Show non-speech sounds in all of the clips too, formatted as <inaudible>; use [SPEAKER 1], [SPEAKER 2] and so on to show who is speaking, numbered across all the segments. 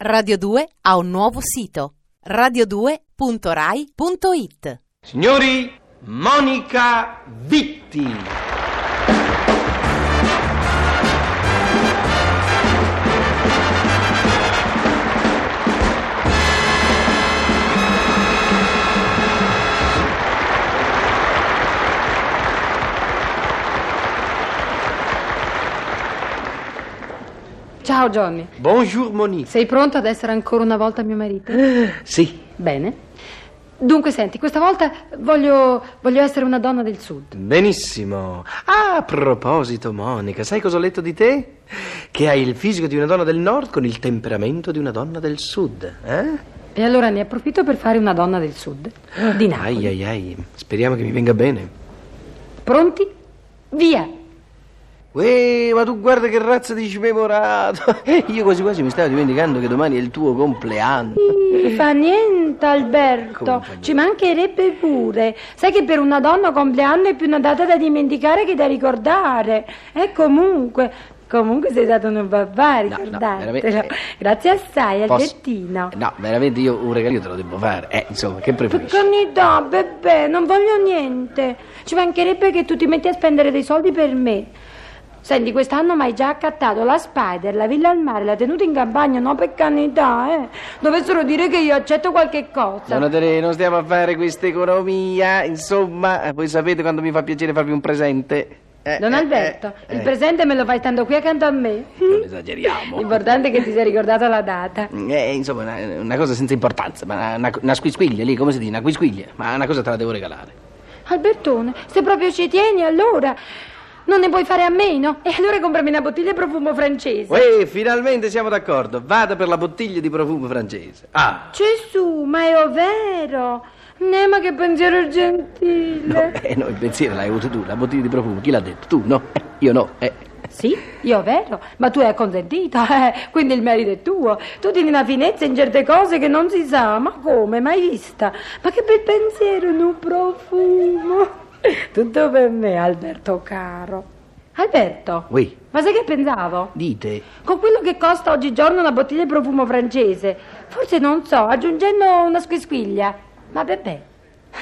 [SPEAKER 1] Radio 2 ha un nuovo sito radio2.rai.it.
[SPEAKER 2] Signori, Monica Vitti.
[SPEAKER 3] Ciao Johnny,
[SPEAKER 2] Bonjour Monica.
[SPEAKER 3] sei pronto ad essere ancora una volta mio marito?
[SPEAKER 2] <laughs> Sì,
[SPEAKER 3] Bene. Dunque, senti, questa volta voglio, voglio essere una donna del sud.
[SPEAKER 2] benissimo. Ah, a proposito, Monica, sai cosa ho letto di te? Che hai il fisico di una donna del nord con il temperamento di una donna del sud, eh?
[SPEAKER 3] E allora ne approfitto per fare una donna del
[SPEAKER 2] <gasps>
[SPEAKER 3] sud. Di Napoli.
[SPEAKER 2] Ai ai ai, speriamo che mi venga bene.
[SPEAKER 3] Pronti?
[SPEAKER 2] <laughs>
[SPEAKER 3] Via!
[SPEAKER 2] Uè, ma tu guarda che razza di smemorato! <laughs> Io quasi quasi mi stavo dimenticando che domani è il tuo compleanno.
[SPEAKER 3] Fa niente Alberto, ci mancherebbe pure. Sai che per una donna compleanno è più una data da dimenticare che da ricordare. E comunque, comunque sei stato un papà,
[SPEAKER 2] no,
[SPEAKER 3] ricordatelo.
[SPEAKER 2] veramente-
[SPEAKER 3] <laughs> Grazie assai,
[SPEAKER 2] Posso- Eh,
[SPEAKER 3] Albertino.
[SPEAKER 2] No, veramente io un regalo te lo devo fare. Eh, insomma, che preferisci?
[SPEAKER 3] Piccanità, bebè, non voglio niente. Ci mancherebbe che tu ti metti a spendere dei soldi per me. Senti, quest'anno mi hai già accattato la Spider, la villa al mare, la tenuta in campagna, no per canità, eh. Dovessero dire che io accetto qualche cosa.
[SPEAKER 2] Donna Tere, non stiamo a fare questa economia, insomma, eh, voi sapete quando mi fa piacere farvi un presente. Eh,
[SPEAKER 3] Don
[SPEAKER 2] eh,
[SPEAKER 3] Alberto,
[SPEAKER 2] eh,
[SPEAKER 3] il
[SPEAKER 2] eh,
[SPEAKER 3] presente me lo fai stando qui accanto a me.
[SPEAKER 2] Non esageriamo.
[SPEAKER 3] L'importante è che ti sia ricordata la data.
[SPEAKER 2] Eh, insomma, una, una cosa senza importanza, ma una, una squisquiglia lì, come si dice? Una quisquiglia, ma una cosa te la devo regalare.
[SPEAKER 3] Albertone, se proprio ci tieni, allora non ne puoi fare a meno. E allora comprami una bottiglia di profumo francese.
[SPEAKER 2] Uè, Eh, finalmente siamo d'accordo. Vada per la bottiglia di profumo francese. Ah,
[SPEAKER 3] Gesù, ma è vero? Ne, ma che pensiero gentile.
[SPEAKER 2] eh, no, il pensiero l'hai avuto tu, la bottiglia di profumo. Chi l'ha detto? Tu, no? Eh, io no, eh.
[SPEAKER 3] Sì, io vero, ma tu hai acconsentito, <laughs> eh, quindi il merito è tuo. Tu tieni una finezza in certe cose che non si sa, ma come, mai vista? Ma che bel pensiero, un profumo. <laughs> Tutto per me, Alberto caro. Alberto,
[SPEAKER 2] Uè,
[SPEAKER 3] ma sai che pensavo?
[SPEAKER 2] dite.
[SPEAKER 3] Con quello che costa oggigiorno una bottiglia di profumo francese, forse non so, aggiungendo una squisquiglia. Ma bebè,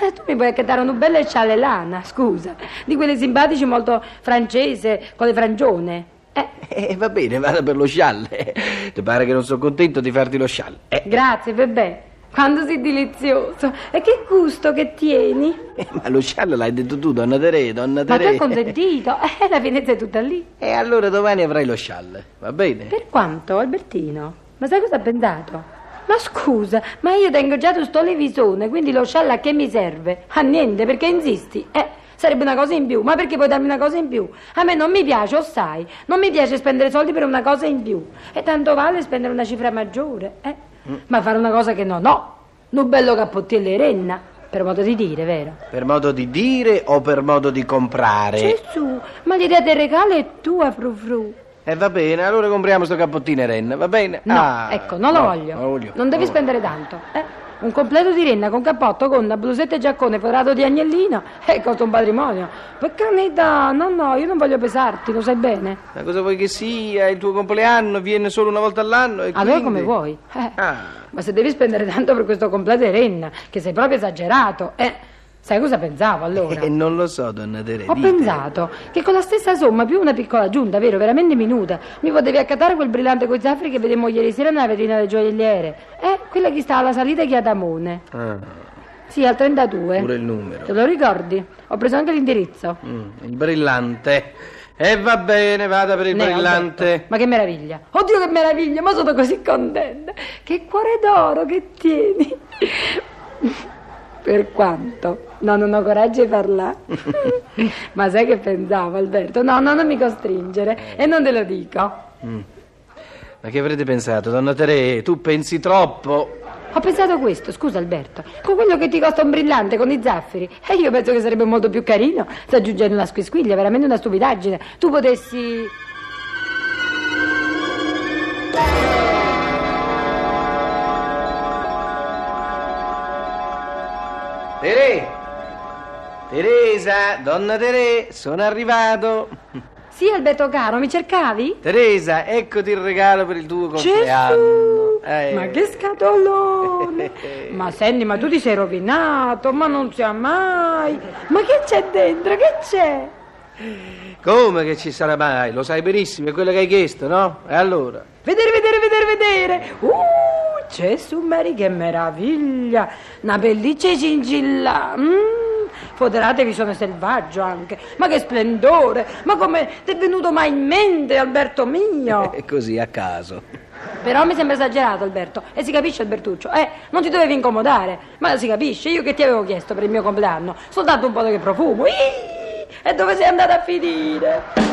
[SPEAKER 3] eh, tu mi puoi accattare una bella sciale lana, scusa, di quelle simpatici molto francese, con le frangione. Eh,
[SPEAKER 2] Eh, va bene, vada per lo scialle. <laughs> Ti pare che non sono contento di farti lo scialle? Eh,
[SPEAKER 3] grazie, bebè. Quando sei delizioso. E che gusto che tieni.
[SPEAKER 2] eh, ma lo scialle l'hai detto tu, donna Tere, donna
[SPEAKER 3] Ma tu
[SPEAKER 2] Tere.
[SPEAKER 3] hai consentito. Eh, la Venezia è tutta lì.
[SPEAKER 2] E allora domani avrai lo scialle, va bene?
[SPEAKER 3] Per quanto, Albertino? Ma sai cosa ha pensato? Ma scusa, ma io tengo già tutto levisone, quindi lo scialla a che mi serve? A niente, perché insisti? Eh, sarebbe una cosa in più, ma perché puoi darmi una cosa in più? A me non mi piace, o sai, non mi piace spendere soldi per una cosa in più. E tanto vale spendere una cifra maggiore, eh? Ma fare una cosa che non ho, un bello cappottiello e renna, per modo di dire, vero?
[SPEAKER 2] Per modo di dire o per modo di comprare?
[SPEAKER 3] Gesù, ma l'idea del regalo è tua, Fru Fru.
[SPEAKER 2] Eh, va bene, allora compriamo sto cappottino e renna, va bene?
[SPEAKER 3] No,
[SPEAKER 2] Ah,
[SPEAKER 3] ecco, non lo
[SPEAKER 2] no,
[SPEAKER 3] voglio.
[SPEAKER 2] Non lo voglio.
[SPEAKER 3] Non devi
[SPEAKER 2] lo voglio.
[SPEAKER 3] spendere tanto. eh. Un completo di renna con cappotto, gonna, blusetta e giaccone forato di agnellino <laughs> e costa un patrimonio. Per canità, no, no, io non voglio pesarti, lo sai bene.
[SPEAKER 2] Ma cosa vuoi che sia? Il tuo compleanno viene solo una volta all'anno e
[SPEAKER 3] Allora
[SPEAKER 2] quindi-
[SPEAKER 3] come vuoi. eh.
[SPEAKER 2] Ah,
[SPEAKER 3] Ma se devi spendere tanto per questo completo di renna, che sei proprio esagerato, eh. Sai cosa pensavo allora?
[SPEAKER 2] eh, non lo so, donna Tere,
[SPEAKER 3] Ho
[SPEAKER 2] dite.
[SPEAKER 3] pensato che con la stessa somma più una piccola aggiunta, vero, veramente minuta, mi potevi accattare quel brillante coi zaffri che vedemmo ieri sera nella vetrina del gioielliere. Eh, quella che sta alla salita di Adamone.
[SPEAKER 2] Ah,
[SPEAKER 3] Sì, al 32.
[SPEAKER 2] pure il numero.
[SPEAKER 3] Te lo ricordi? Ho preso anche l'indirizzo.
[SPEAKER 2] Mm, il brillante. E va bene, vada per il
[SPEAKER 3] Ne ho detto.
[SPEAKER 2] brillante.
[SPEAKER 3] certo. Ma che meraviglia! Oddio che meraviglia, ma sono così contenta! Che cuore d'oro che tieni! <laughs> Per quanto? No, non ho coraggio di
[SPEAKER 2] <laughs>
[SPEAKER 3] parlare. ma sai che pensavo, Alberto? No, no, non mi costringere e non te lo dico.
[SPEAKER 2] Ma che avrete pensato, donna Tere? Tu pensi troppo.
[SPEAKER 3] Ho pensato questo, scusa Alberto, con quello che ti costa un brillante con i zaffiri. E io penso che sarebbe molto più carino se aggiungendo una squisquiglia, veramente una stupidaggine. Tu potessi.
[SPEAKER 2] Tere! Teresa, donna Tere, sono arrivato. <laughs>
[SPEAKER 3] Sì, Alberto caro, mi cercavi?
[SPEAKER 2] Teresa, eccoti il regalo per il tuo compleanno.
[SPEAKER 3] Gesù!
[SPEAKER 2] Eh.
[SPEAKER 3] Ma che scatolone! ma senti, ma tu ti sei rovinato, ma non sia mai! Ma che c'è dentro? Che c'è?
[SPEAKER 2] Come che ci sarà mai? Lo sai benissimo, è quello che hai chiesto, no? E allora?
[SPEAKER 3] Vedere, vedere, vedere, vedere! Uh, Gesù Maria, che meraviglia! Una pelliccia cingilla! Mm, foderatevi, sono selvaggio anche! Ma che splendore! Ma come ti è venuto mai in mente, Alberto
[SPEAKER 2] <laughs>
[SPEAKER 3] mio?
[SPEAKER 2] È così, a caso.
[SPEAKER 3] Però mi sembra esagerato, Alberto. E si capisce, Albertuccio. Eh, non ti dovevi incomodare. Ma si capisce, io che ti avevo chiesto per il mio compleanno. Soltanto un po' di profumo. Ih, e dove sei andata a finire?